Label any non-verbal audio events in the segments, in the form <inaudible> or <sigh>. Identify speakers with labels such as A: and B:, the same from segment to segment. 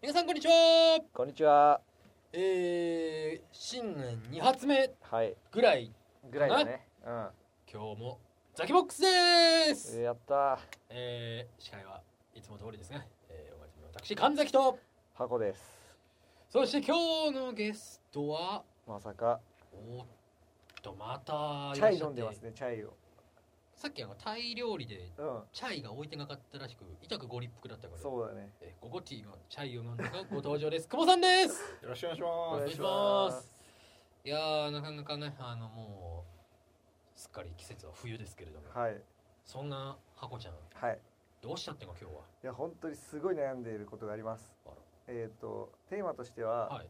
A: 皆さんこんにちは
B: こんにちは。
A: えー、新年2発目
B: はい。
A: ぐらい
B: ぐらいだね。うん。
A: 今日もザキボックスです、
B: やったー。
A: えー、司会はいつも通りですね、えー、お待ちの私神崎と
B: 箱です。
A: そして今日のゲストは
B: まさか。
A: おっとまた
B: チ
A: いらっ
B: ャイ
A: しゃ
B: 飲
A: っ
B: ん
A: て
B: でますね。チャイを。
A: さっきあのタイ料理で
B: う
A: チャイが置いてなかったらしく痛くご立腹だったか
B: ん。
A: ら
B: そうだね。
A: えー、ゴゴティーのチャイを飲んだご登場です久保さんです
C: よろしくお願いし
A: お
C: ま
A: 願
C: す。
A: いします。いやーなかなかねあのもうすっかり季節は冬ですけれども、
B: はい。
A: そんなハコちゃん
B: はい。
A: どうしちゃってんの今日
B: いや、本当にすごい悩んでいることがあります
A: あら。
B: えっ、と、テーマとして
A: は
B: は、
A: はい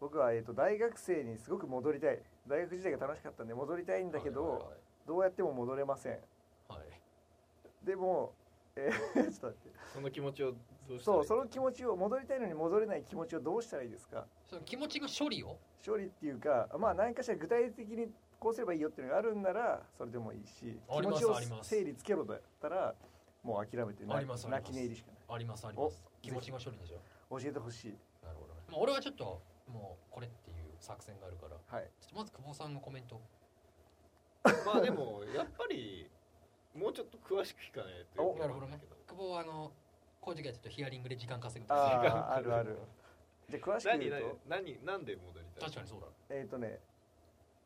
B: 僕は、えー、と大学生にすごく戻りたい大学時代が楽しかったんで戻りたいんだけど、どうやっても戻れません
A: はいはい
B: でも、えー <laughs> ちょっと待って
C: その気持ちをどうした
B: そ
C: らいうい
B: その気持ちを戻りたいのに戻れない気持ちをどうしたらいいですか
A: その気持ちの処理を
B: 処理っていうかまあ何かしら具体的にこうすればいいよっていうのがあるんならそれでもいいし
A: あ
B: 気
A: り
B: 持
A: ます
B: ちを
A: あります
B: 整理つけろだったらもう諦めて
A: あ
B: な
A: りますあります
B: 泣き寝入りしかない
A: ありますあります
B: お
A: 気持ちの処理でしょ
B: 教えてほしい
A: なるほどね、まあ、俺はちょっともうこれっていう作戦があるからちょ
B: はい
A: っとまず久保さんのコメント
C: まあでもやっぱりもうちょっと詳しく聞かないとよくわかんいけど。
A: 久保はあのこういう時はちょっとヒアリングで時間稼ぐと
B: あ
A: か <laughs>
B: ああるあるじゃあ詳しく
C: 何
B: 言う
C: 何
B: と
C: 何なんで戻りたい。
A: 確かにそうだ
B: えっ、とね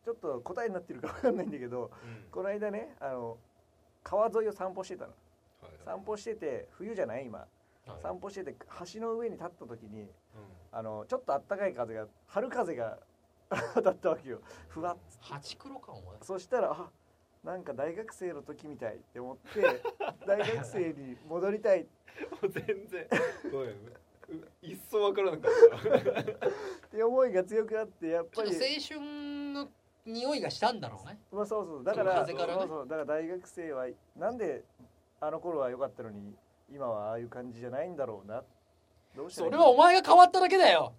B: ちょっと答えになってるかわかんないんだけど
C: うん
B: この間ねあの川沿いを散歩してたの
C: はいはい
B: 散歩してて冬じゃない今
A: はい
B: 散歩してて橋の上に立った時に
C: う
B: あのちょっとあったかい風が春風が <laughs> 当たったわけよふわっつって
A: 八黒かお前
B: そしたらあなんか大学生の時みたいって思って
A: <laughs>
B: 大学生に戻りたいっ
C: んもう全然ごめんう一層わからなかった。
B: て思いが強くなってやっ
A: ちょ
B: ぱ
A: っ
B: り
A: と青春の匂いがしたんだろうね
B: まあそうそうだから
A: その風からね
B: そうそうだから大学生はなんであの頃は良かったのに今はああいう感じじゃないんだろうなどうし
A: そ
B: たらいい
A: れ
B: の
A: はお前が変わっただけだよ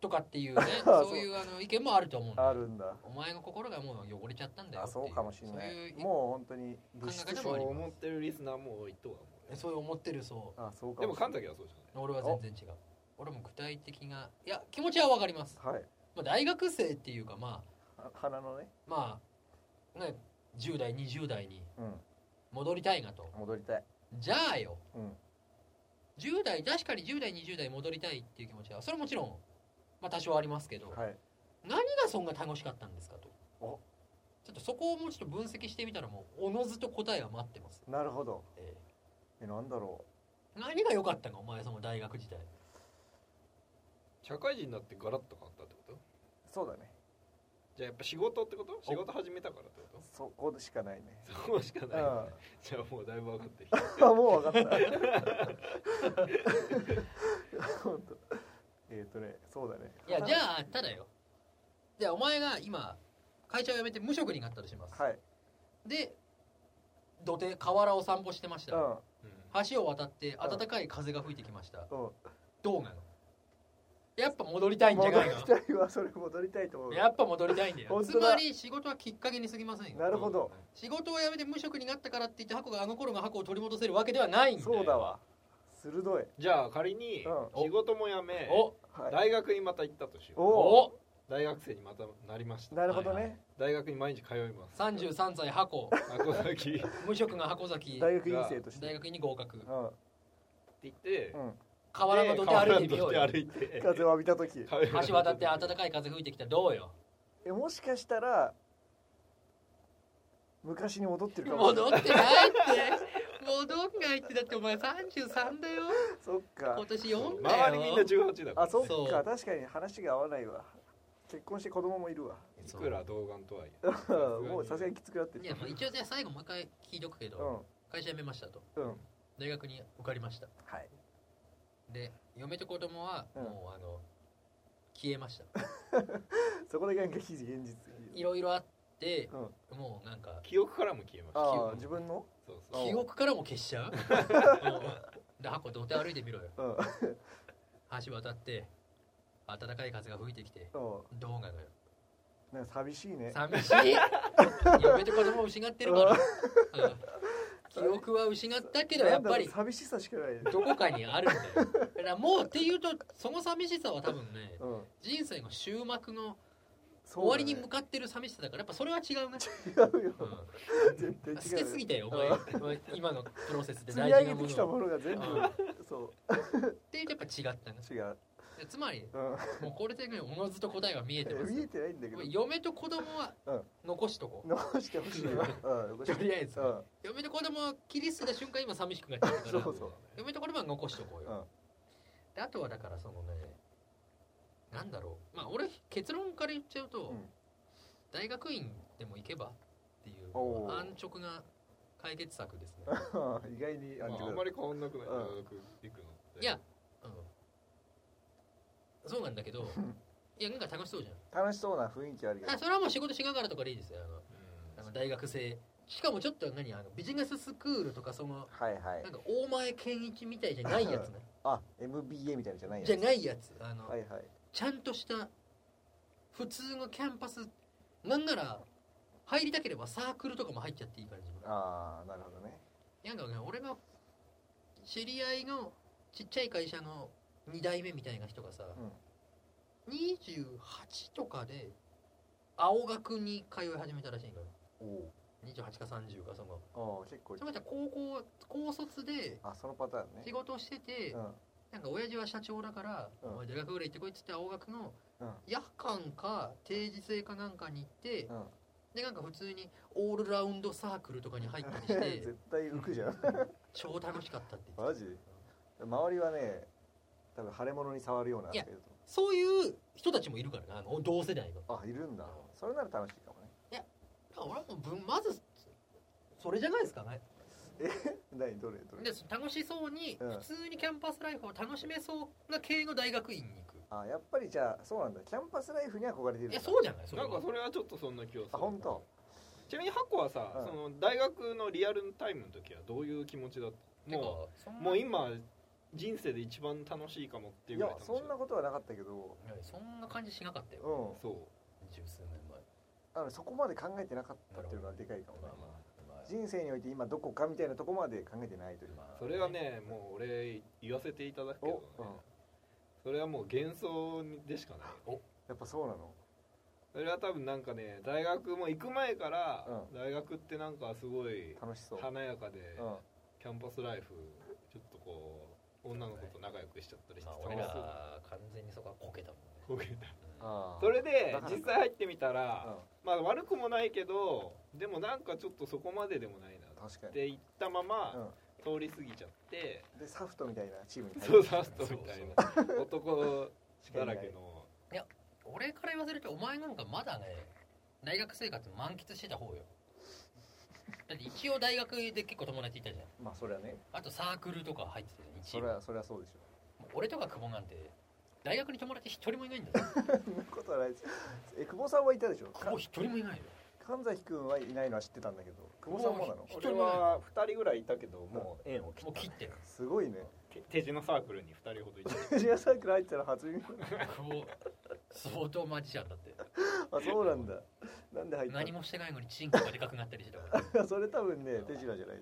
A: とかっていうね
B: <laughs> そう
A: そういうあの意見もあると思うんだよ
B: あるんだ
A: お前の心がもう汚れちゃったんだよ
B: あ
A: ってい
B: そうかもしれない
A: そういう
B: もう本当に物質
A: 考え方
C: そ
A: もあ
C: う
A: り
C: 思ってるリスナーも多いとは思
A: えそう思ってるそう
B: あそう
C: う。
B: か
C: でも
B: もしれ
C: 神
B: ない
C: 崎はそうじゃ
A: 俺は全然違う俺も具体的ないや気持ちはわかります、
B: はい
A: まあ、大学生っていうかま
B: は鼻のね
A: あまあね10代20代に
B: うん
A: 戻りたいなと
B: 戻りたい
A: じゃあよ
B: うん
A: 10代確かに10代20代戻りたいっていう気持ちはそれはもちろんまあ多少ありますけど、
B: はい
A: 何がそんな楽しかったんですかと
B: お
A: ちょっとそこをもうちょっと分析してみたらもうおのずと答えは待ってます、
B: なるほど
A: え
B: えなんだろ
A: え何が良かったのお前その大学時代
C: ん。社会人になってガラッと変わったってこと？
B: うそうだね
C: じゃあやっぱ仕事ってこと？仕事始めたからってこと？
B: そこしかないね
C: そうしかないよね。
B: う
C: じゃあもうだいぶ分かってきた。
B: んあもう分かった本当えっ、とねそうだね
A: いやじ
B: あ
A: ゃあただよじゃあお前が今会社を辞めて無職になったとします、
B: はい
A: で土手河原を散歩してました、
B: う
C: うん
A: 橋を渡って暖かい風が吹いてきました、
B: ん、うん、
A: どうなのやっぱ戻りたいんじゃ
B: 戻
A: な
B: り
A: いの
B: たいはそれ戻りたいと思う
A: やっぱ戻りたいんだよ
B: 本
A: つ
B: 当だ
A: まり仕事はきっかけに過ぎませんよ
B: なるほど
A: 仕事を辞めて無職になったからって言って箱があの頃の箱を取り戻せるわけではないんだよ
B: そうだわ鋭い
C: じゃあ仮に
B: う
C: 仕事も辞め、
A: お
B: はい
C: 大学にまた行ったとしよ
B: お
C: う
A: お
C: 大学生にまたなりました
B: なるほどね、
A: はいは
C: 大学に毎日通
B: <laughs>
C: います
A: 33歳箱
C: 箱崎って
A: 無職が箱崎
B: 大学院生として
A: 大学院に合格
B: うん
C: 言って
B: うん
A: 河原の土手歩いてみようよ
C: で河原の土
B: 風を浴びた時
C: 手歩いて
A: 橋渡って暖かい風吹いてきたらどうよ
C: <laughs>
B: えもしかしたら昔に戻ってるかもしれ
A: 戻
B: ない
A: ってないって戻んないってだってお前33だよ
B: <laughs> そっか
A: 今年4だよ
C: 周りみんな18だから
B: あそっ
A: そう
B: か確かに話が合わないわ結婚して子供もいるわ
C: いくら童顔とはいえ
B: うんもうさすがにきつくなって
A: い
B: る
A: やまあ一応じゃあ最後もう一回聞いとくけど、会社辞めましたと
B: うんうん
A: 大学に受かりました
B: はい
A: で嫁と子供は
B: うん
A: もうあの消えました
B: そこでなんか非現実
A: いろいろあって
B: うん
A: もうなんか
C: 記憶からも消えました
B: ああ自分の
C: そうそう
A: 記憶からも消しちゃうう
B: <laughs>
A: んで箱土手歩いてみろよ
B: うん <laughs> うん
A: 橋渡って暖かい風が吹いてきてどうなのよ
B: なんか寂しいね <laughs>
A: 寂しい嫁と子供を失ってるから、うん記憶は失ったけどやっぱり
B: なんだろう寂しさしかない、
A: どこかにあるんだよだからもうっていうとその寂しさは多分ね
B: うん、
A: 人生の終幕の
B: そう
A: 終わりに
B: だ
A: 向かってる寂しさだからやっぱそれは違うね、
B: ね違うよ、
A: う
B: <laughs> 絶対違
A: ん、捨てす
B: うよ
A: ぎたよお前お前今のプロセスで
B: 積
A: 大
B: み
A: 事な
B: 上げて
A: も
B: きた
A: のを
B: ものが全部
A: うんっ
B: そ
A: ていうとやっぱ違ったね
B: う違う、
A: でつまり
B: うん
A: もうこれでねおのずと答えは見えてます
B: 見えてないんだけど
A: 嫁と子供は
B: うん
A: 残しとこう、
B: 残してほしいよ、うん、残し
A: <laughs> と
B: てほしい
A: りあえず
B: うん
A: 嫁と子供は切り捨てた瞬間今寂しくなっちゃうから
B: そうそう
A: 嫁と子供は残しとこうよ、
B: うん
A: であとはだからそのねなんだろうまあ俺結論から言っちゃうと、
B: うん
A: 大学院でも行けばっていう
B: おー
A: 安直な解決策です
B: <laughs>
A: ね、
B: 意外に
C: ま
B: 安
C: あ、あ
B: 直
C: ん
B: だ
C: まり変わんなくない、
B: うん
C: 大学行くのって
A: いやうん、そうなんだけ
B: <laughs>
A: どいやなんか楽しそうじゃ
B: 楽しそうな雰囲気あるけ
A: ん
B: ど
A: あそれはもう仕事しながらとかでいいですよあの
C: うん
A: あの大学生しかもちょっと何あのビジネススクールとかその
B: はいはい
A: なんか大前健一みたいじゃないやつね
B: あ MBA みたいなのじゃないやつ
A: じゃないやつあの、
B: はいはい
A: ちゃんとした普通のキャンパスなんなら入りたければサークルとかも入っちゃっていいから自分
B: ああなるほどね
A: なんかね俺が知り合いのちっちゃい会社の2代目みたいな人がさ、28とかで青学に通い始めたらしいのよ
B: おお
A: 28か30かその
B: おー結構
A: その人は高校高卒で
B: あそのパターンね
A: 仕事をしてて、
B: うん
A: なんか親父は社長だから、
B: うん
A: お前大学ぐらい行ってこいっつって青学の
B: うん
A: 夜間か定時制かなんかに行って、
B: うん
A: でなんか普通にオールラウンドサークルとかに入った
B: <laughs>
A: りして
B: 絶対浮くじゃん
A: <laughs> 超楽しかったって言って
B: <laughs> マジ周りはね多分腫れ物に触るようなあ
A: いや
B: れだと
A: そういう人たちもいるからなあの同世代の
B: 思うあいるんだそれなら楽しいかもね
A: だから俺はもうぶんまずそれじゃないですかね
B: 何どれどれ
A: で楽しそうに
B: うん
A: 普通にキャンパスライフを楽しめそうな系の大学院に行く、
B: あやっぱりじゃあそうなんだキャンパスライフに憧れてるん
A: い
B: だ
A: やそうじゃないそれ
C: な
A: は
C: んかそれはちょっとそんな気をする
B: あ本当
C: ちなみに箱はさ、
B: うん
C: その大学のリアルタイムの時はどういう気持ちだった
A: て
C: も
A: かそん
C: う
A: な
C: もう今人生で一番楽しいかもって
B: い
C: い
B: う
C: ぐ
B: や
C: らい楽しい
B: そんなことはなかったけど
A: いやそんな感じしなかったよ、
B: うん
C: そ
A: 十数年前
B: あのそこまで考えてなかったっていうのはでかいかもね
A: まあまあまあ
B: 人生において今どこかみたいなとこまで考えてないという
A: まあ
C: うそれはねもう俺言わせていただくけどね、
B: おうん
C: それはもう幻想でしかない
B: やっぱそうなの
C: それは多分なんかね大学も行く前から、
B: う
C: 大学ってなんかすごい
B: 楽しそう
C: 華やかで、
B: うん
C: キャンパスライフちょっとこう女の子と仲良くしちゃったりして
A: まあ
C: 楽
A: 俺
C: し
A: ら
C: そう
A: 完全にそこはこけたもんね
C: こけた
B: ああ
C: それで
B: だから
C: 実際入ってみたら、
B: う
C: まあ悪くもないけどでもなんかちょっとそこまででもない
B: ん
C: なっ
B: 確かに
C: て言ったまま、
B: う
C: 通り過ぎち
B: <laughs>
C: ゃって
B: んでサフトみたいなチームに
C: そう
B: 入
C: サストみたいな男だらけの
A: 俺から言わせるとお前なんかまだね大学生活満喫してた方よだって一応大学で結構友達いたじゃん
B: まあそれはね
A: あとサークルとか入ってたじ
B: そ
A: ゃん
B: れ
A: 一応
B: はそれはそうでしょ
A: 俺とか久保なんて大学に友達一人もいないんだよ
B: そんなことはないですえ久保さんはいたでしょ
A: 久
B: か
A: 保一人もいないよ
B: 神崎君はいないのは知ってたんだけど久保さんもなの
A: 一
C: 俺
A: 人もいない
C: は2人ぐらいいたけどもう縁を切
A: も
C: っ
A: う
C: た
A: 切ってる
B: すごいね
C: 手手品サークルに2人ほどいた
B: ジアサークル入ったら初耳
A: 久保相当マジシャンだって
B: あそうなんだなんで入ったの
A: 何もしてないのにチンコがでかくなったりしてたから
B: いや <laughs> それ多分ね手品じゃない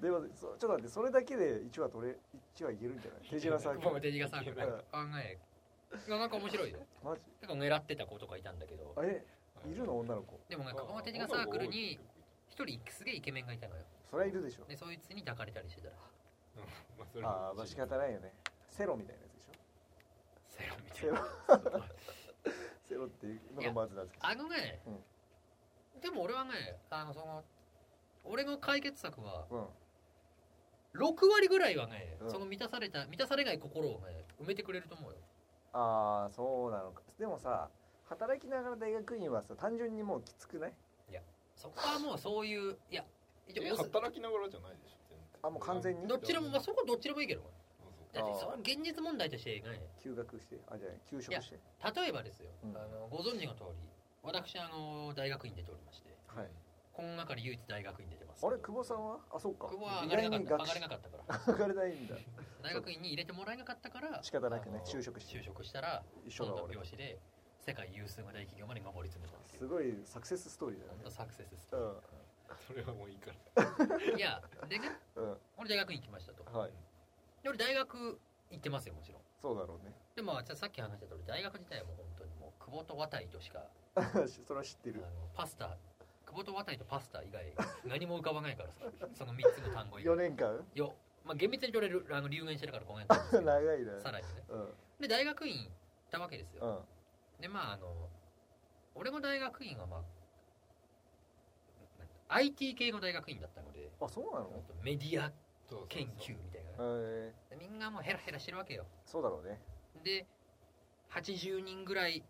B: でもそちょっと待ってそれだけで1話取れ一話いけるんじゃない手品
A: <laughs>
B: さん
A: 久保も手品サークル
B: うん
A: 考えいやなんか面白いよ
B: マジ
A: 結構狙ってた子とかいたんだけど
B: あえいるの女の子
A: でもね久保の手品サークルに一人すげえイケメンがいたのよ
B: それはいるでしょ
A: でそいつに抱かれたりしてたら
C: まあそれ
B: ああまあ仕方
C: い
B: ないよねセロみたいなやつでしょ
A: セロみたいな
B: セロっていうのがまずなんで
A: <laughs>
B: すけ
A: あのね、でも俺はねあのその俺の解決策は
B: どうん
A: 6割ぐらいはね、
B: うん
A: その満たされた満たされない心をね埋めてくれると思うよ
B: ああそうなのかでもさ働きながら大学院はさ単純にもうきつくない
A: そこはもうそういういや一応要する
C: 働きながらじゃないでしょ全然
B: あもう完全に
A: どっちでも、まあ、
C: あ
A: そこどっちでもいいけど
C: そう
A: だってその現実問題としてね
B: 休学してあじゃあ休職して
A: 例えばですよ、
B: うん
A: あのご存知の通り私あの大学院出ておりまして
B: はい
A: この中で唯一大学院出てます
B: あれ久保さんはあそうか
A: 久保は上
B: 意
A: がれな
B: 外に
A: かった
B: 学
A: 上がれ
B: 士
A: なかったから
B: <laughs> 上がれないんだ
A: 大学院に入れてもらえなかったから
B: 仕方なくね
A: あの
B: 就職して
A: 就職したら
B: 一緒
A: そ
B: だ
A: の
B: 俺
A: 拍子で世界有数の大企業まで上り詰めたってい
B: す
A: う
B: ごいサクセスストーリーだよ
A: 本
B: ね
A: 当サクセスス
B: う
A: トーリー
B: ん
C: それはもういいから
A: いやでね
B: うん
A: 俺大学院行きましたと
B: はい
A: で俺大学行ってますよもちろん
B: そうだろうね <laughs>
A: でもささっき話した通り大学自体はもう本当にもう久保と渡井としか
B: それは知って
A: あ
B: る
A: のパスタ久保と渡井とパスタ以 <laughs> 外何も浮かばないからさその3つの単語以外
B: 4年間
A: よ、まあ、厳密に取れるあの留年してるからごめん <laughs> なさい
B: 長いな
A: さらにね
B: うん
A: で大学院行ったわけです
B: う
A: よ
B: ん
A: でまああの俺も大学院はまあ IT 系の大学院だったので
B: あそうなの
A: メディア
C: そうそうそう
A: 研究みたいな
B: えー
A: でみんなもうヘラヘラしてるわけよ
B: そうだろうね
A: で80人ぐらい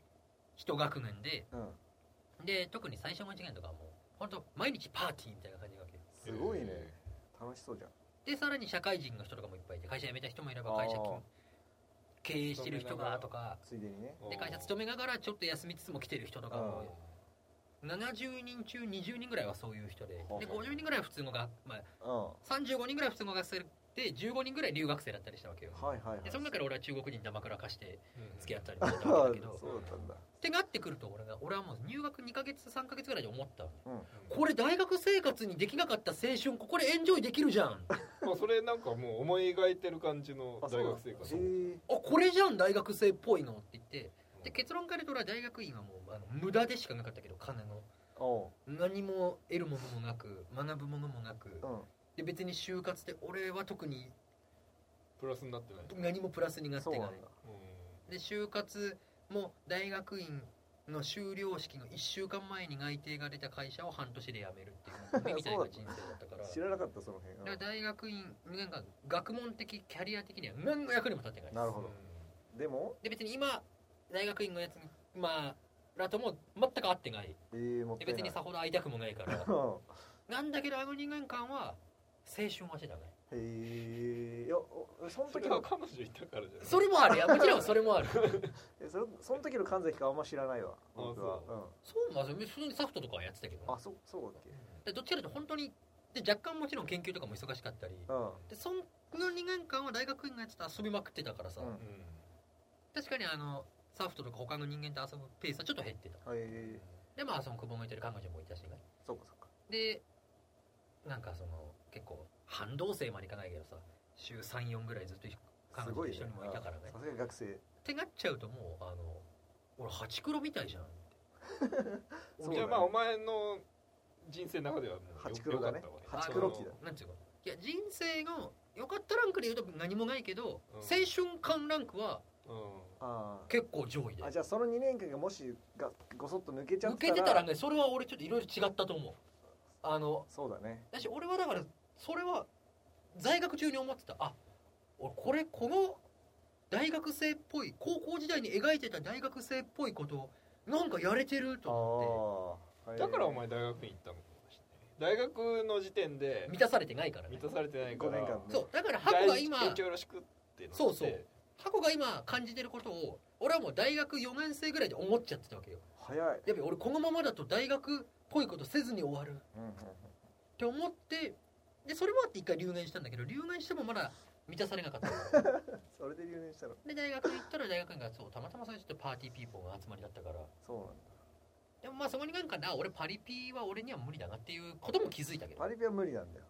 A: 一学年で
B: うん
A: で特に最初の1年とかはもう本当毎日パーティーみたいな感じなわけ
B: すごいね
C: え
B: 楽しそうじゃん
A: でさらに社会人の人とかもいっぱいいて会社辞めた人もいれば会社
B: あー
A: 経営してる人がとか
B: ついでにね
C: ー
A: で会社勤めながらちょっと休みつつも来てる人とかも70人中20人ぐらいはそういう人で
B: ほう
A: で50人ぐらいは普通のが、まあ、
B: うんは
A: 35人ぐらいは普通の学生で15人ぐらい留学生だったりしたわけよ
B: いはいはい
A: でその中で俺は中国人だまくらかして
C: うん
A: 付き合ったりもした
B: あ
A: わ
B: あ
A: けだけど
B: <laughs> そうだったんだ
A: ってなってくると俺が俺はもう入学2ヶ月3ヶ月ぐらいで思ったの
C: うん
A: これ大学生活にできなかった青春ここでエンジョイできるじゃんあ
C: まあそれなんかもう思い描いてる感じの
B: あそう
C: 大
B: な
C: 学
B: んだ
C: 生
B: へ
C: 活
B: え
A: これじゃん大学生っぽいのって言ってで
C: 結
A: 結論から言うと俺は大学院はもうあの無駄でしかなかったけど金の
B: おう
A: 何も得るものもなく学ぶものもなく
B: うん
A: で別に就活で俺は特に
C: プラスになってない
A: 何もプラスになって
B: そう
A: ない
B: なんだ
C: う
A: で就活も大学院の修了式の1週間前に内定が出た会社を半年で辞めるっていう
B: <laughs>
A: 夢みたいな人生だったから
B: 知らなかったその辺
A: だから
B: う
A: 大学院なんか学問的キャリア的には何の役にも立ってない
B: んなる
C: ん
B: ほど
C: う
B: でも
A: で別に今大学院のやつにまあらとも全く合ってない
B: えーもっ
A: で
B: たい
A: 別
B: な
A: に
B: い
A: さほど会いたくもないから
B: う
A: なんだけどあの2年間は青春はしてたね
B: んへえいやおその
C: んそ
B: 時
C: れは
B: の
C: 彼女いたからじゃない
A: それもある <laughs> やもちろんそれもある
B: えそのその時の神崎かあんま知らないわ僕は
C: あそう
A: そうまあ普通にサフトとかはやってたけど
B: うん
A: ね
B: あそうそうだっけ
A: でどっちかというと本当にで若干もちろん研究とかも忙しかったり
B: うん
A: でその2年間は大学院のやつと遊びまくってたからさ、
B: うん
A: 確かにあのサフトとか他の人間と遊ぶペースはちょっと減ってた
B: へ
C: うん
B: え
A: でまあその久保もいてる彼女もいたしね
B: そうかそうか
A: でなんかその結構半同棲までいかないけどさ週34ぐらいずっと彼
B: す
A: 女
B: ご
A: と
B: い
A: 一緒にもいたからね
B: うんさすが学生
A: ってなっちゃうともうあの俺ハチクロみたいじゃん
B: そうだね
C: じゃあまあお前の人生の中ではもう
B: ハチクロだね
C: よかったわ
B: ハチクロ期だ
A: あのなんていうのいや人生の良かったランクで言うと何もないけど、
C: うん
A: 青春感ランクは
C: う
B: ああ
A: 結構上位で
B: あじゃあその2年間がもしがごそっと抜けちゃ
A: 抜
B: って
A: けてたら
B: ね
A: ねそれは俺ちょっといろいろ違ったと思うあの
B: そうだね
A: だし俺はだからそれは在学中に思ってたあ俺これこの大学生っぽい高校時代に描いてた大学生っぽいことなんかやれてると
B: あ
A: 思っ
B: あは
C: ん
B: い
C: だからお前大学院行ったのかもしれない大学の時点で
A: て満たされてないからね
C: 満たされてないから
B: 5年間ね
A: そうだから箱が今
C: 大一よろしくってなって
A: そうそう箱が今感じてることを俺はもう大学4年生ぐらいで思っちゃってたわけよ
B: 早い
A: やべ俺このままだと大学っぽいことせずに終わる
B: うんうんうん
A: って思ってでそれもあって一回留年したんだけど留年してもまだ満たされなかったから
B: それで留年したの
A: で大学行ったら大学院がそうたまたまそれちょっとパーティーピーポーの集まりだったから
B: そうなんだ
A: でもまあそこになんかな俺パリピは俺には無理だなっていうことも気づいたけど
B: パリピは無理なんだよ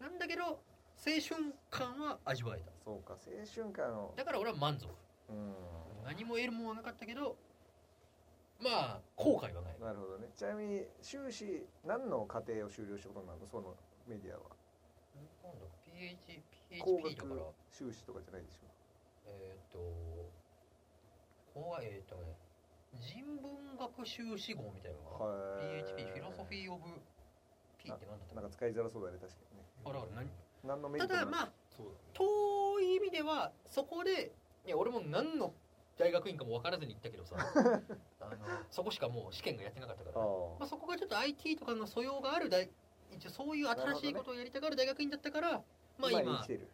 A: なんだけど青春感は味わえた
B: そうか青春感を
A: だから俺は満足
B: うん
A: 何も得るもんはなかったけどまあ後悔はない
B: なるほどねちなみに修士何の課程を修了したことになるのそのメディアは
A: なんだ PH
B: 工
A: PHP
B: 学
A: だから
B: 修士とかじゃないでしょ
A: えっ、とここがえっ、とね人文学修士号みたいなのが、
B: は
A: PHP フィロソフィー・オブ P ってなんだった
B: なん
A: か
B: か使いづらそうだね確かにね
A: あらあら何
B: 何のメ
A: な
B: リッ
A: た
B: ト
A: だ
B: もない
A: まあ
C: そう
A: 遠い意味ではそこでいや俺も何の大学院かも分からずに行ったけど
B: <laughs>
A: さあのそこしかもう試験がやってなかったから、
B: あ
A: まあ、そこがちょっと IT とかの素養がある大一応そういう新しいことをやりたがる大学院だったから、まあ
B: 今生
A: 今
B: きてる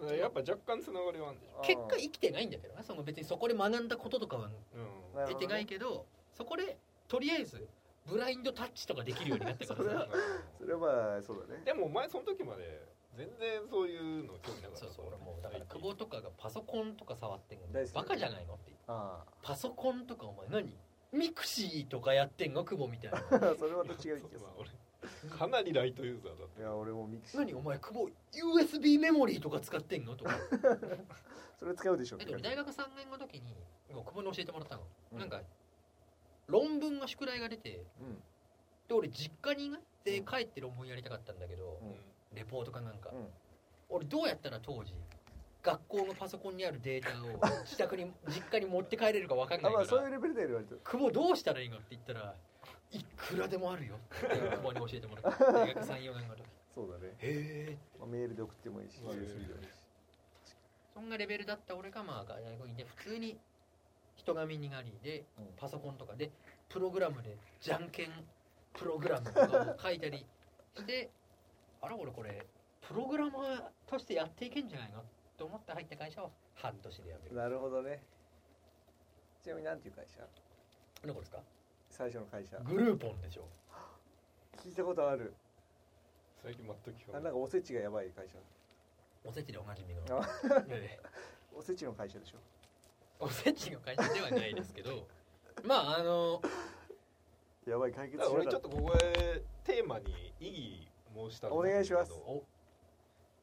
C: だねやっぱ若干つながりはあるんでしょ
A: 結果
B: い
A: 生きてないんだけどねその別にそこで学んだこととかは
C: うん
B: なる
A: 得てないけどそこでとりあえずブラインドタッチとかできるようになったか
B: それ
A: ら
B: <laughs> は
A: さ
B: それはまあそうだね
C: でもお前その時まで全然そういうの興味なかった
A: そうそう俺もうだから久保とかがパソコンとか触ってんの
B: 大好き
A: バカじゃないのって
B: あ
A: パソコ
B: <laughs>
A: ンとかお前何ミクシーとかやってんの久保みたいな
B: あそれはまた違う気がする
C: まあ俺かなりライトユーザーだ
B: いや俺もミキシー
A: 何お前久保 USB メモリーとか使ってんのと
B: <laughs>
A: か
B: それ使うでしょ
A: だって俺大学3年の時に久保に教えてもらったの、
B: うん
A: なんか論文の宿題が出て
B: うん
A: で俺実家にいて帰って論文やりたかったんだけど、
B: うん
A: レポートかなんか、
B: うん
A: 俺どうやったら当時学校のパソコンにあるデータを自宅に実家に持って帰れるか分かんな
B: あ
A: い
B: ま
A: か
B: あそうい
A: ら
B: うレベルでやるわけ
A: 「久保どうしたらいいの?」って言ったら「いくらでもあるよ」って久保に教えてもらった大学34年の時
B: そうだね、
A: へえ
B: まあ、メールで送ってもいいし
C: まあ
B: USB でもいいし
A: そんなレベルだった俺がまあ大学院で普通に人が身になりで
B: うん
A: パソコンとかでプログラムでじゃんけんプログラムとかを書いたりしてあら俺これプログラマーとしてやっていけんじゃないのと思って入った会社は半年で辞める
B: なるほどねちなみになんていう会社
A: どこですか
B: 最初の会社
A: グルーポンでしょ
B: 聞いたことある
C: 最近全く聞
B: あ
C: か
B: なん
C: ない
B: かおせちがやばい会社
A: おせちでおなじみの
B: あ
A: ええ
B: おせちの会社でしょ
A: おせちの会社ではないですけどまああの
B: やばい解決
C: だ
B: し
C: か
B: な
C: ら俺
B: か
C: ちょ
B: っ
C: っとここへテーマに異議申したんだけど
B: お願いします
A: お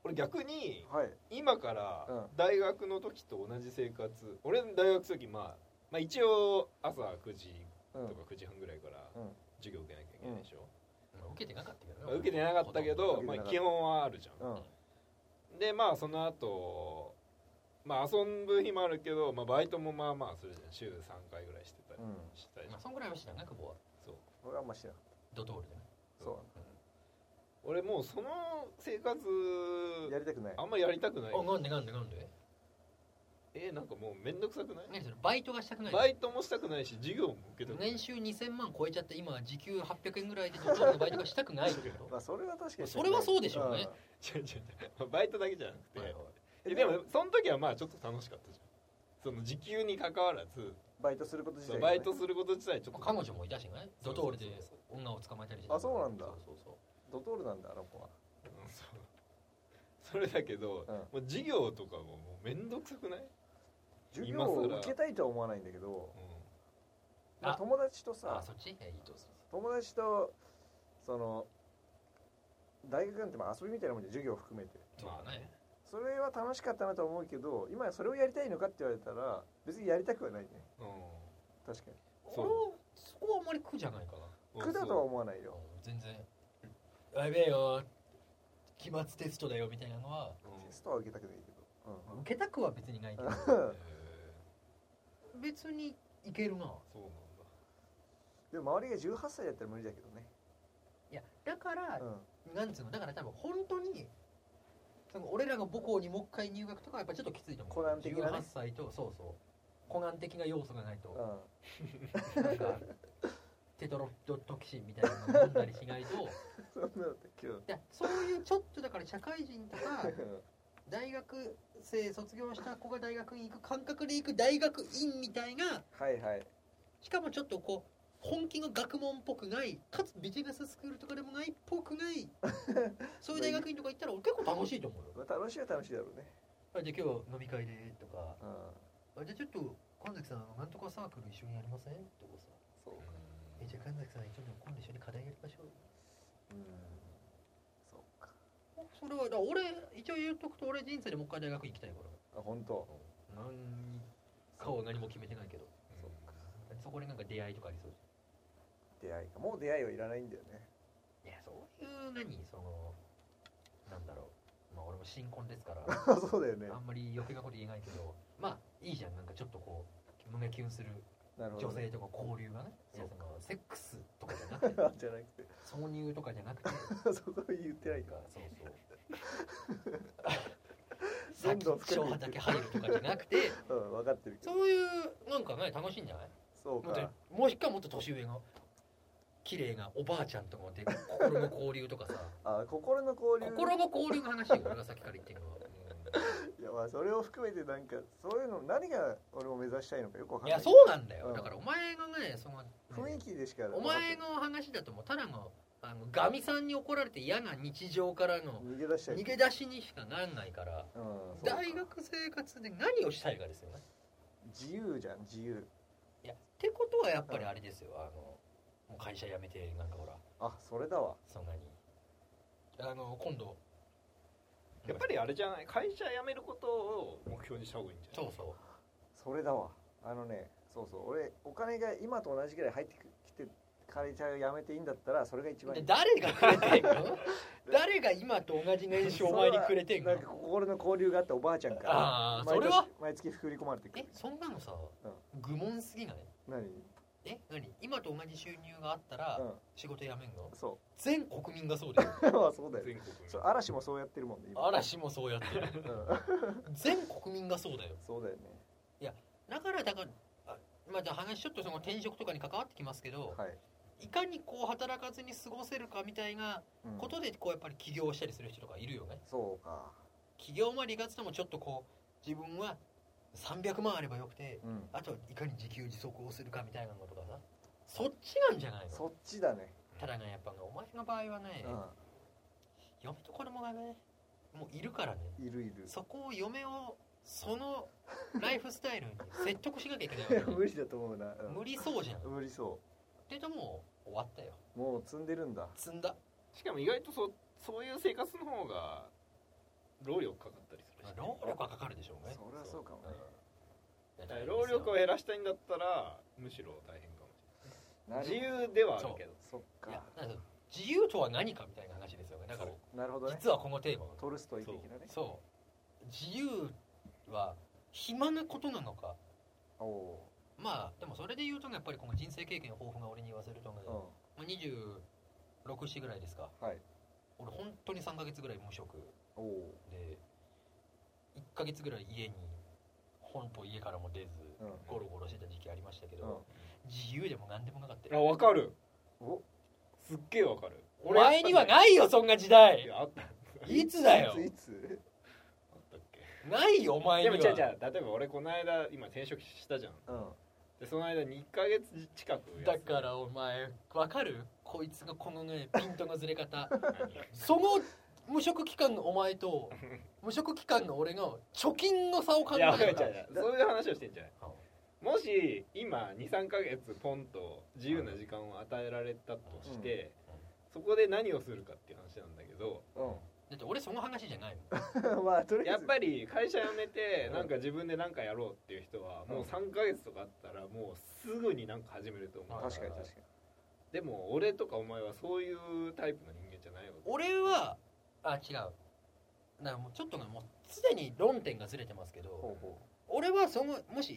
C: 俺逆に
B: たはい
C: 今から
B: うん
C: 大学の時と同じ生活、俺大学の時、まあ、まあ一応朝9時
B: う
C: と
B: ん
C: か9時半ぐらいから
B: うん
C: 授業受けなきゃいけないでしょ、
A: まあ受けてなかったけどね
C: まあ受けてなかったけど、
B: 受け
C: ま
B: て
C: あ、
B: なかった
C: 基本はあるじゃん、
B: うん
C: でまあその後まあ遊ぶ日もあるけど、まあ、バイトもまあまあするじゃん週3回ぐらいしてたり
B: うん
C: したり、
A: まあそんぐらいはしなね久保は
C: そう
B: 俺はあんましてなか
A: ドトールでね
B: ったそう
C: 俺もうその生活
B: なのやりたくない
C: あんまやりたくない
A: あなんでなんでなんで
C: えなんかもうめんどくさくない
A: 何それバイトがしたくない
C: バイトもしたくないし授業も受けたくない
A: 年収2000万超えちゃって今は時給800円ぐらいでドトールのバイトがしたくないってこ
C: <laughs>
B: まあそれは確かに
A: それはそうでしょうね
C: 違う違う違う <laughs> バイトだけじゃなくて、
A: はいはい
C: えでもその時はまあちょっと楽しかったじゃんその時給に関わらず
B: バイトすること自
C: そ
B: 体
C: の
B: が
C: バ
B: ね
C: イトすること自体ちょ
A: と
C: っと
A: 彼女もいたしねドトールで
C: そうそう
A: 女を捕まえたりして
B: あそうなんだ
A: そうそうそう
B: ドトールなんだあの子は
C: うんそうそれだけ
B: う
C: ど、
B: ん
C: もう授業とかももうめんどくさくない、
B: 授業を受けたいとは思わないんだけど、まあ、
A: あ
B: 友達と
A: あ
B: さ
A: そっちえいいと
B: 友達とその大学なんてまあ遊びみたいなもんで授業を含めて
A: そうだね
B: それは楽しかったなと思うけど今それをやりたいのかって言われたら別にやりたくはないね
C: うん
B: 確か
C: そ
A: 俺
C: う
A: はそこはあんまり苦じゃないかな
C: うん
B: に苦だとは思わないよ
A: 全然やべえよ期末テストだよみたいなのは
C: そう
B: テストは受けたくないけど、うん
A: 受けたくは別にないけど
C: うんへえ
A: 別にいけるな
C: そうなんだ
B: でも周りが18歳だったら無理だけどね、
A: いやだから
B: うん、 <laughs>
A: なんつうのだから多分本当にその俺らが母校にもう一回入学とかはやっぱちょっときついと思う
B: コナン的なね
A: 18歳とそうそうコナン的な要素がないと
B: うん
A: なん
B: <laughs>
A: かテトロトキシンみたいなの飲んだりしないと
B: そんなのだったっけど
A: いやそういうちょっとだから社会人とか大学生卒業した子が大学に行く感覚で行く大学院みたいな
B: はいはい
A: しかもちょっとこう本気の学問っぽくないかつビジネススクールとかでもないっぽくないそういう大学院とか行ったら俺結構楽しいと思うよ
B: まあ楽しいは楽しいだろうね、
A: あじゃあ今日飲み会でとか
B: うん、
A: あじゃあちょっと神崎さんあのなんとかサークル一緒にやりませんとかさ
B: そうか
A: えじゃあ神崎さんちょっと今度一緒に課題やりましょう
B: うんそうか
A: それはだ俺一応言っとくと俺人生でもう一回大学行きたいか
B: あ本当
A: ら何かは何も決めてないけど
C: そう
A: そこでなんか出会いとかありそうじ
B: 出会いかもう出会いはいらないんだよね
A: ゃんいやそういう何そのなんだろうまあ俺も新婚ですから
B: あそうだよね
A: あんまり余計なこと言えないけどまあいいじゃんなんかちょっとこう胸キュンする
B: なるほど
A: 女性
B: ね
A: とか交流がねいや
B: そう
A: そのセックスとかじゃなく
B: <laughs>
A: て
B: じゃなくて
A: 挿入とかじゃなくて
B: そこは言ってないか
A: そうそう。
B: <laughs> どんどん
A: 先っちょ畑入るとかじゃなくて、
B: うん分かってるけど
A: そういうなんかね楽しいんじゃない？
B: そう
A: もっ
B: か
A: ともしかもっと年上の綺麗なおばあちゃんとかもで心の交流とかさ、
B: あ心の交流
A: 心の交流の話よ俺がさっきから言ってるのは。
B: いやまあそれを含めてなんかそういうの何が俺も目指したいのかよくわか
A: い
B: んない
A: やそうなんだよ。
B: うん
A: だからお前がねそのね
B: 雰囲気でしか
A: お前の話だともうただのあのガミさんに怒られて嫌な日常からの
B: 逃げ出したい
A: 逃げ出しにしかなんないから。
B: うんそうか
A: 大学生活で何をしたいかですよね。
B: 自由じゃん自由
A: いやってことはやっぱりあれですよ、あのもう会社辞めてなんかほら
B: あそれだわ
A: そんなにあの今度
C: やっぱりあれじゃない会社辞めることを目標にした方がいいんじゃ
A: そ
C: ないう
A: そう
B: それだわあのねそうそう俺お金が今と同じぐらい入ってきて会社辞めていいんだったらそれが一番い
A: で
B: い
A: 誰がくれてんの誰が今と同じ年収をお前にくれてん
B: それ
A: の
B: はなんか心の交流があったおばあちゃんから
A: ああ
B: 毎
A: それ
B: 年
A: は
B: 毎月振り込まれてく
A: え
B: る
A: そんなのさ、
B: う
A: 愚問すぎない
B: 何
A: え何今と同じ収入があったら
B: うん
A: 仕事辞めんの、
B: そ
A: 全国民がそう
B: <laughs>
A: だよ
B: うまあそうだよね
C: 全国に
B: そう嵐もそうやってるもんね今
A: 嵐もそうやって <laughs> る
B: うん
A: 全国民がそうだよ
B: そうだよね
A: だからだからあまあじゃあ話ちょっとその転職とかに関わってきますけど、
B: はい、
A: い、かにこう働かずに過ごせるかみたいな
B: うん
A: ことでこうやっぱり起業したりする人とかいるよね
B: そうか
A: 起業も離脱ともちょっとこう自分は300万あればよくて
B: うん
A: あとはいかに自給自足をするかみたいなのとかさそっちなんじゃないの
B: そっちだね
A: ただねやっぱねお前の場合はね、
B: う
A: 嫁と子供がねもういるからね
B: んいるいる
A: そこを嫁をそ
B: <laughs>
A: のライフスタイルに説得しなきゃいけないわ
B: い
A: け
B: や
A: よ
B: <laughs> 無理だと思うな、うん
A: 無理そうじゃん
B: 無理そ
A: けどもう終わったよ
B: うもう積んでるんだ
A: 積んだ
C: しかも意外とそそういう生活の方が労力かかったりするしね
A: 労力はかかるでしょうね
B: そりゃそうかもね
A: うん
C: だから労力を減らしたいんだったらむしろ大変かも
B: なる
C: しれない自由ではあるけど
B: そっ
A: いや
B: か
A: だから自由とは何かみたいな話ですよねだから
B: なるほどね
A: 実はこのテーマは
B: トルストイ的なね
A: そう自由は暇なことなのか
B: おお
A: まあでもそれで言うとねやっぱりこの人生経験豊富な俺に言わせるとね
B: ー、う
A: まあ、26歳ぐらいですか
B: んはい
A: 俺本当に3ヶ月ぐらい無職
B: おお
A: で1ヶ月ぐらい家に本と家からも出ず
B: ー、うん
A: ゴロゴロしてた時期ありましたけ
B: うん
A: ど、自由でも何でもなかった
C: あ
A: よ
C: 分かる
B: お
C: すっげえ分かる
A: お前にはないよそんな時
C: い
A: 代
C: やあったあっ <laughs>
A: いつだよ
B: いついつ
C: たっけ
A: ないよお前に
C: でも
A: は
C: 違う違う例えば俺この間今転職したじゃん
B: うん <laughs>
C: でその間2ヶ月近く
A: だからお前わかるこいつがこのねピントのずれ方
C: ら
A: その無職期間のお前と無職期間の俺の貯金の差を考
C: <laughs> い
A: え
C: や
A: た
C: 分か
A: ら
C: る違う違うそういう話をしてんじゃないもし今23ヶ月ポンと自由な時間を与えられたとして、そこで何をするかっていう話なんだけど
A: だって俺その話じゃないもん
B: うんまあとりあ
C: や
B: え
C: っ
B: ず
C: ぱり会社辞めて
B: うん
C: なんか自分で何かやろうっていう人はもう3ヶ月とかあったらもうすぐになんか始めると思う
B: 確かに確か
C: でも俺とかお前はそういうタイプの人間じゃないわけ
A: 俺はあ違うだからもうちょっとねもうすでに論点がずれてますけ
B: に
A: ど
B: ほうほ
A: 俺はそのもし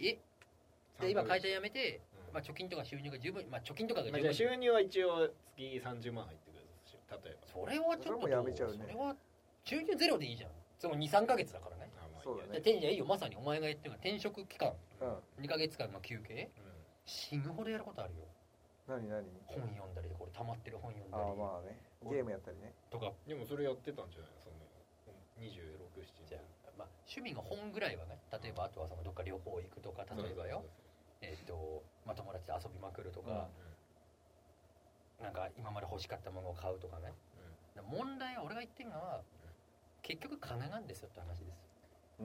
A: えで今会社辞めて、
C: うん
A: まあ、貯金とか収入が十分、まあ、貯金とかが
C: まあ
A: 十
C: じゃあ
A: 分
C: 収入は一応月30万入ってくるとしよう例えば
A: それはちょっと
B: それもやめちゃうね
A: それは収入ゼロでいいじゃんその23か月だからね
C: あまあいいや
B: そうだね
A: で転じゃいいよまさにお前が言ってるのは転職期間
B: ううん
A: 2か月間の休憩死ぬほどやることあるよ
B: 何何
A: 本読んだりこれ溜まってる本読んだ
B: ああ
A: り
B: まあねゲームやったりね
A: とか
C: うんでもそれやってたんじゃないその26、7
A: じゃあまあ趣味が本ぐらいはね例えばあとはそのどっか旅行行くとか例えばよえっとまあ、友達と遊びまくるとか、なんか今まで欲しかったものを買うとかねで問題は俺が言ってるのは結局金なんですよって話です
B: う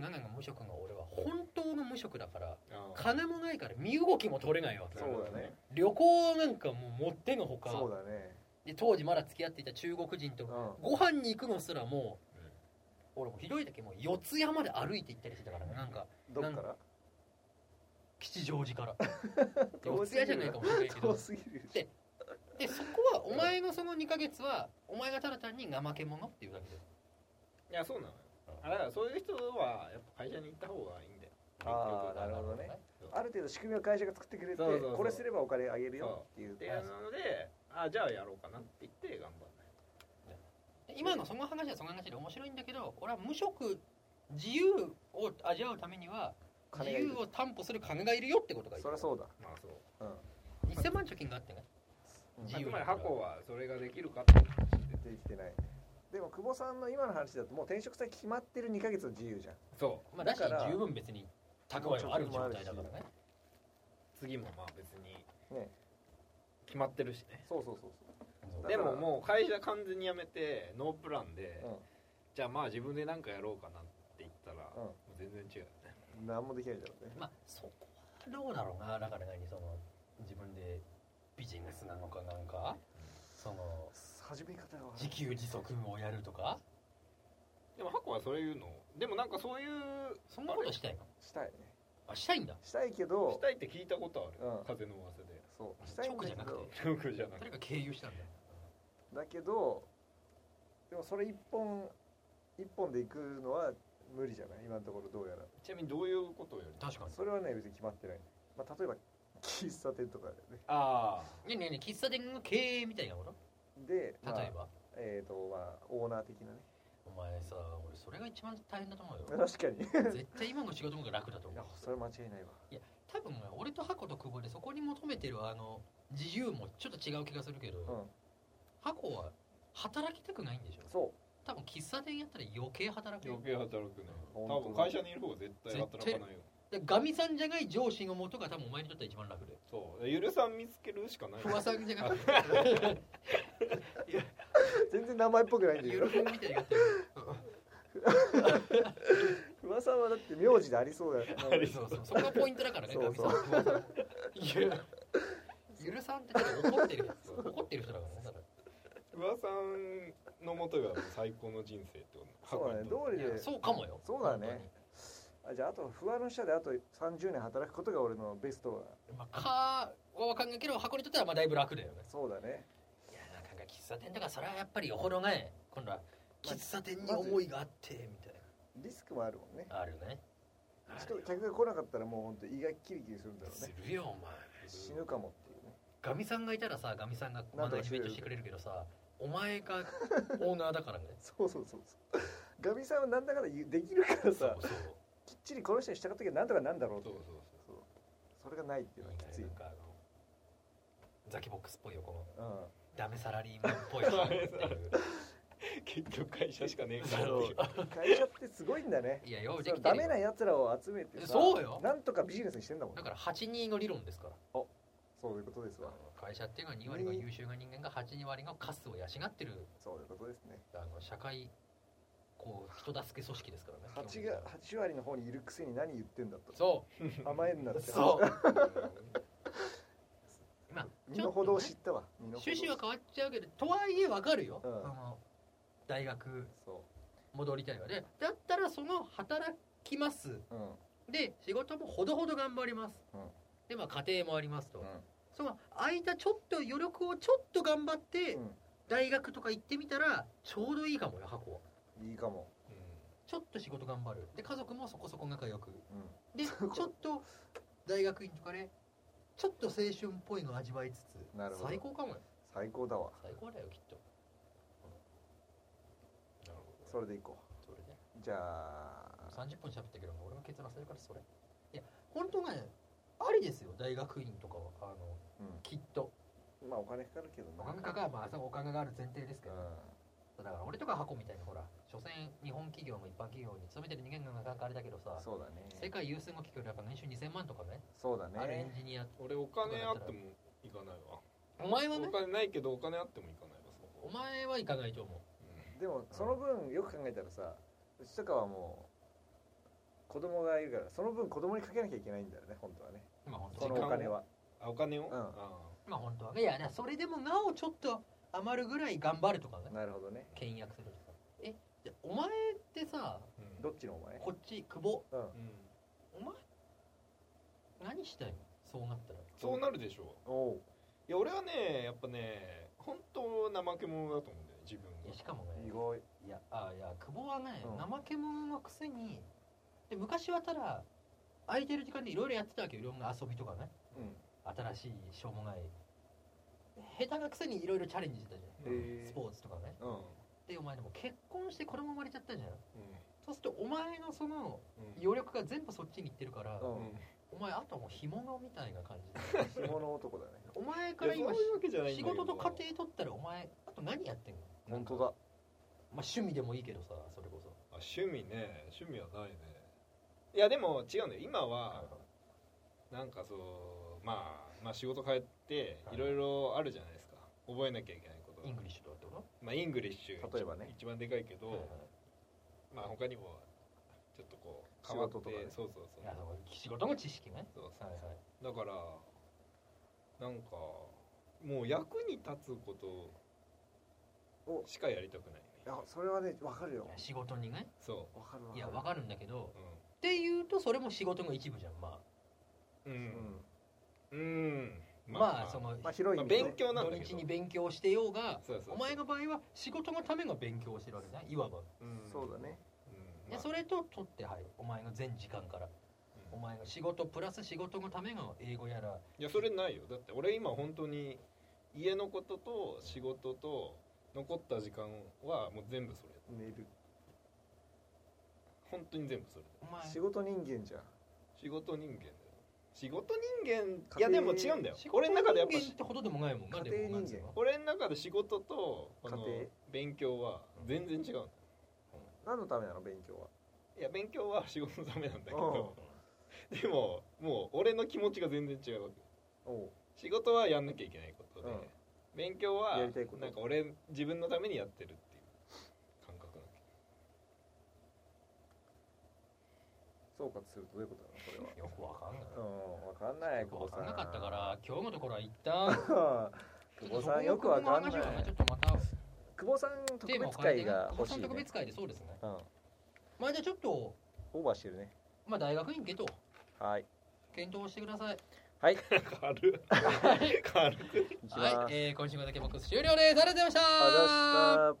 A: 27が無職の俺は本当の無職だから
C: あー
A: 金もないから身動きも取れないわけ
C: なるほど
B: そうだね
A: 旅行なんかもう持ってのほか
B: そうだね
A: で当時まだ付き合っていた中国人
B: う
A: と
B: ん
A: ご飯に行くのすらもう
C: うん
A: 俺もひどい時もう四ツ谷まで歩いて行ったりしてたからねなんか
B: どっから
A: 吉祥寺から
B: <laughs> 遠
A: 四
B: す
A: ツ
B: ぎる
A: 谷じゃないかもしれないけど
B: 遠すぎる
A: ででそこはお前のその2ヶ月はお前がただ単に怠け者っていうだけで
C: いやそうなのよあだからそういう人はやっぱ会社に行った方がいいんだよ
B: あー
C: 結局は
B: なるほどね
C: そう
B: ある程度仕組みを会社が作ってくれて
C: そうそうそう
B: これすればお金あげるよっていう
C: っていうのであじゃあやろうかなって言って頑張
A: で今のその話はその話で面白いんだけど俺は無職自由を味わうためには自
B: 金がいる
A: 由を担保する金がいるよってことが言い
B: そ
A: たい
B: りゃそうだ
C: んないまあそう
A: 1000万貯金があってね
B: うん
A: 自
C: まあ
A: 由
C: つ
A: だ
C: ま
A: か
C: り
A: ら
C: 箱はそれができるかって話で
B: できてないでも久保さんの今の話だともう転職先決まってる2ヶ月の自由じゃん
C: そう
A: まあだし
B: だから
A: 十分別に蓄えはある状態だからね
C: 次もまあ別に
B: ね
C: 決まってるしね
B: そうそうそう
A: そう
B: だから
C: でももう会社完全に辞めてノープランで、
B: そう
C: じゃあまあ自分で何かやろうかなって言ったら、
B: うん
C: もう全然違うよね
B: うん何もできないだろうね
A: まあそこはどうだろうなだから何その自分でビジネスなのかなんかその
B: 始め方が悪い
A: 自給自足をやるとか
C: でもハコはそういうのでもなんかそういう
A: そんなことしたいの
B: したいね
A: あしたいんだ
B: したいけど
C: したいって聞いたことある、
B: うん
C: 風の噂で
B: そうしたいん
A: 直
B: だ
A: じゃな
B: け
A: くて
B: ど
C: 僕じゃなく
A: 誰
C: て
A: が経由したんだよ
B: だけどでもそれ一本一本で行くのは無理じゃない今のところどうやら
C: ちなみにどういうことをやる
A: 確か
B: それはね別に決まってない、まあ、例えば喫茶店とかでね
C: ああ
A: にねえねえねえ喫茶店の経営みたいなこと
B: で、まあ
A: 例えば、
B: えっ、とまあオーナー的なね
A: お前さ俺それが一番大変だと思 <laughs> うよ
B: 確かにい
A: 絶対今の仕事の方が楽だと思
B: や
A: う
B: それ間違いないわ
A: 多分俺と箱と久保でそこに求めてるあの自由もちょっと違う気がするけど、
B: う
A: 箱は働きたくないんでしょ
B: んそ
A: 多分喫茶店やったら余計働くよ
C: 余計働くね多
B: 本当
C: 分
B: だ
C: 会社にいる方が絶対働かないよ
A: でガミさんじゃない上司のもとが多分お前にとっては一番 <laughs> 楽で
C: そうゆるさん見つけるしかない
A: 不破さんじゃなくて
B: う全然名前っぽくないんだけ
A: ゆ
B: ど
A: るふんみたいになって <laughs>
B: 噂はだって名字でありそうだよ
C: あり
A: るそうそうそこがポイントだからね
B: そうそ
A: ガ
B: う
A: ミさん不破さんいやゆるさんって多分怒ってる怒ってる人だからねだか
C: 不破さんのもとが最高の人生ってこと
B: そうだね道理
A: らいや
B: で
A: そうかもよ
B: そうだねあじゃああと不安の下であと30年働くことが俺のベスト
A: 本当にまあ、かはわかんないけど箱にとってはまあだいぶ楽だよね
B: だそうだね
A: いやなんか喫茶店だからそれはやっぱりよほどね今度は喫茶店に思いがあってみたい
B: リスクもあるもんね
A: なあるね
B: しかも客が来なかったらもうほんと胃がキリキリするんだろう
A: す
B: ね
A: るよお前
B: 死ぬかもっていうね
A: ガミさんがいたらさガミさんがま
B: なんと
A: だ
B: か
A: イ
B: して
A: ベン
B: くれる
A: トしてくれるけどさお前がオーナーだからね
B: そうそうそうそうガミさんはなんだかんだ言うできるか
A: そ
B: らさ
A: うそう
B: きっちりこの人に従っときゃなんとかなんだろう
C: そう
B: と
C: そう
B: そうそれがないっていうのはきつい、う
A: なんん、かあのザキボックスっぽいよこのダメサラリーマンっぽいよっていう
C: そう結局会社しかねえからってい
A: そ
C: う
B: 会社ってすごいんだね
A: ういやよ <laughs> うで
B: そ
A: き
B: の
A: てる
B: ダメ
A: よ
B: なやつらを集めてさ
A: そうよ
B: なんとかビジネスにしてんだもん
A: だから8人の理論ですから
B: そういうことですわ
A: 会社っていうのは2割が優秀な人間が8割がカスを養ってる
B: そういうことですね
A: あの社会こう人助け組織ですからね基本
B: 8
A: 的に
B: が8割の方にいるくせに何言ってんだと
A: そ
B: 甘えんなっ
A: う
B: て
A: そうまあ
B: 身
A: ちょ
B: の
A: っと
B: 程を知ったわ身の程
A: 趣旨
B: を
A: は変わっちゃうけどとはいえわかるよ、
B: うん
A: その大学
B: そ
A: 戻りたいわねだったらその働きます
B: ううん
A: で仕事もほどほど頑張ります、
B: うん
A: でまあ家庭もありますと、
B: う
A: その空いたちょっと余力をちょっと頑張って
B: ん、
A: 大学とか行ってみたらちょうどいいかもよ箱は
B: うん、いいかも
A: ちょっと仕事頑張るで家族もそこそこ仲良く
B: うん
A: でち
B: そ
A: ょ
B: う
A: っと大学院とかねちょっと青春っぽいの味わいつつ
B: なるほど
A: 最高かもよ
B: 最高だわ
A: 最高だよきっとなるほど
B: それでいこ
A: それで
B: うじゃあ
A: 30分喋ったけども俺の結論するからそれいや本当がねありですよ大学院とかはあの
B: う
A: きっと
B: んまあお金かかるけどな
A: お金かかまあそれはお金がある前提ですけど
B: う
A: だから俺とか箱みたいなほら所詮日本企業の一般企業に勤めてる人間がなかなかあれだけどさ
B: んそうだ
A: 世
B: ね
A: 界有数の企業でやっぱ年収2000万とかね
B: そうだ
A: あるエン
B: ね
A: ジニア
C: 俺お金あっても行かないわ
A: お前はね
C: お金ないけどお金あっても行かないわそ
A: お
C: こ
A: 前は行かないと思う
B: でもその分よく考えたらさうちとかはもう子供がいるからその分子供にかけなきゃいけないんだよね本当はね
A: 今本当
B: こ
A: は
B: の
C: 時間
B: お金は
C: あお金を
B: ん
C: あ
A: 今本当はいやいやそれでもなおちょっと余るぐらい頑張るとかね
B: なるほどね
A: 倹約するとかえでお前ってさ
C: ーうん
B: どっちのお前
A: こっち久保
B: うん
C: うん
A: お前何したいのそうなったら
C: そうなるでしょう
B: おう
C: いや俺はねやっぱね本当怠け者だと思うんだよね自分
A: いやし
C: が
A: かも
B: 意
A: ね
B: 外
A: いやあいや久保はね、
B: うん
A: 怠け者のくせにで昔はただ空いてる時間でいろいろやってたわけよいろんな遊びとかね
B: うん
A: 新しいしょうもない下手なくせにいろいろチャレンジしてたじ
B: へ
A: ゃん
B: え
A: スポーツとかね
B: うんうん
A: でお前でも結婚して子供生まれちゃったじゃん
C: う
A: そうするとお前のその
C: んうん
A: 余力が全部そっちにいってるから、
B: うん
C: うん
A: お前あともうひもみたいな感じで
B: <laughs> 着物男だね
A: お前
C: い
A: か
C: や
A: ら
C: そう
A: 今
C: いうわけじゃないん
A: 仕
C: だけど
A: 事と家庭取ったらお前あと何やってんの
B: 本当だ
A: まあ趣味でもいいけどさそれこそ
C: あ趣味ね趣味はないねいやでも違うんだよ今はなんかそうまあまあ仕事変えて
A: はい
C: いろいろあるじゃないですか覚えなきゃいけないこと
A: イングリッシュとかってこ
C: まあイングリッシュ
B: 例えばね
C: 一番でかいけ
A: と、
C: どまあ他にもちょっとこう
B: 仕事とかね
C: 変わってそうそう
A: い
C: そ
A: や
C: う
A: そう仕事の知識ね
C: そうそう
A: はいはい
C: だからなんかもう役に立つことしかやりたくない
B: いやそれはねわかるよ
A: 仕事にね
C: そ
B: わかるわ
A: いやわかるんだけど
C: う
A: っていうとそれも仕事の一部じゃんま
C: うんう、
B: うんん
C: うん
A: あまあそ
C: の
A: の
B: まあ広い意
C: まあ、
B: 味でね
C: 勉強なん
A: 土
C: だけ
A: 日
C: ど
A: に勉強してようが
C: そうそうそう
A: お前の場合は仕事のための勉強をしてるわけだいわば
C: うん
B: そうだね
C: うん
A: で
C: まあ
A: それと取って入るお前の全時間から
C: う
A: お
C: ん
A: 前の仕事プラス仕事のための英語やら
C: いやそれないよだって俺今本当に家のことと仕事と残った時間はもう全部それ
B: 寝る
C: 本当に全部それ
A: お前
B: 仕事人間じゃん
C: 仕事人間だよ仕事人間い
B: 家
C: や
B: 庭
C: でも違うんだよ俺の中でやっぱ
A: 仕事人間ってほどでもないもんな
B: 家庭人
A: で
B: 間
A: もなんつうの
C: 俺の中で仕事とこの
B: 家庭
C: 勉強は全然違うんだよ
B: 何のためなの勉強はい
C: や勉強は仕事のためなんだけ
B: お
C: どでももう俺の気持ちが全然違うわけ
B: おう
C: 仕事はやんなきゃいけないことで、
B: うん
C: 勉強は
B: やりたいこと
C: なんか俺自分のためにやってるっていう感覚なわ
B: 総括するとどういうことなのこ
A: よくわかんない
B: れはうんわかんない
A: よくわかんなかったから今日のところは一旦
B: 久保さんよくわかんない
A: ちょっとそこの話はちょっとまた
B: 久保さん特別会が欲しい
A: 久保さん特
B: ね
A: 別会でそうですね
B: うん
A: まあじゃあちょっと
B: オーバーしてるね
A: まあ大学院行けと
B: はい
A: 検討してください
C: け軽っ <laughs> 軽っ
B: 行きます
A: はい、えー、今週のだけボックス終了ですありがとうございました
B: ありがとうございました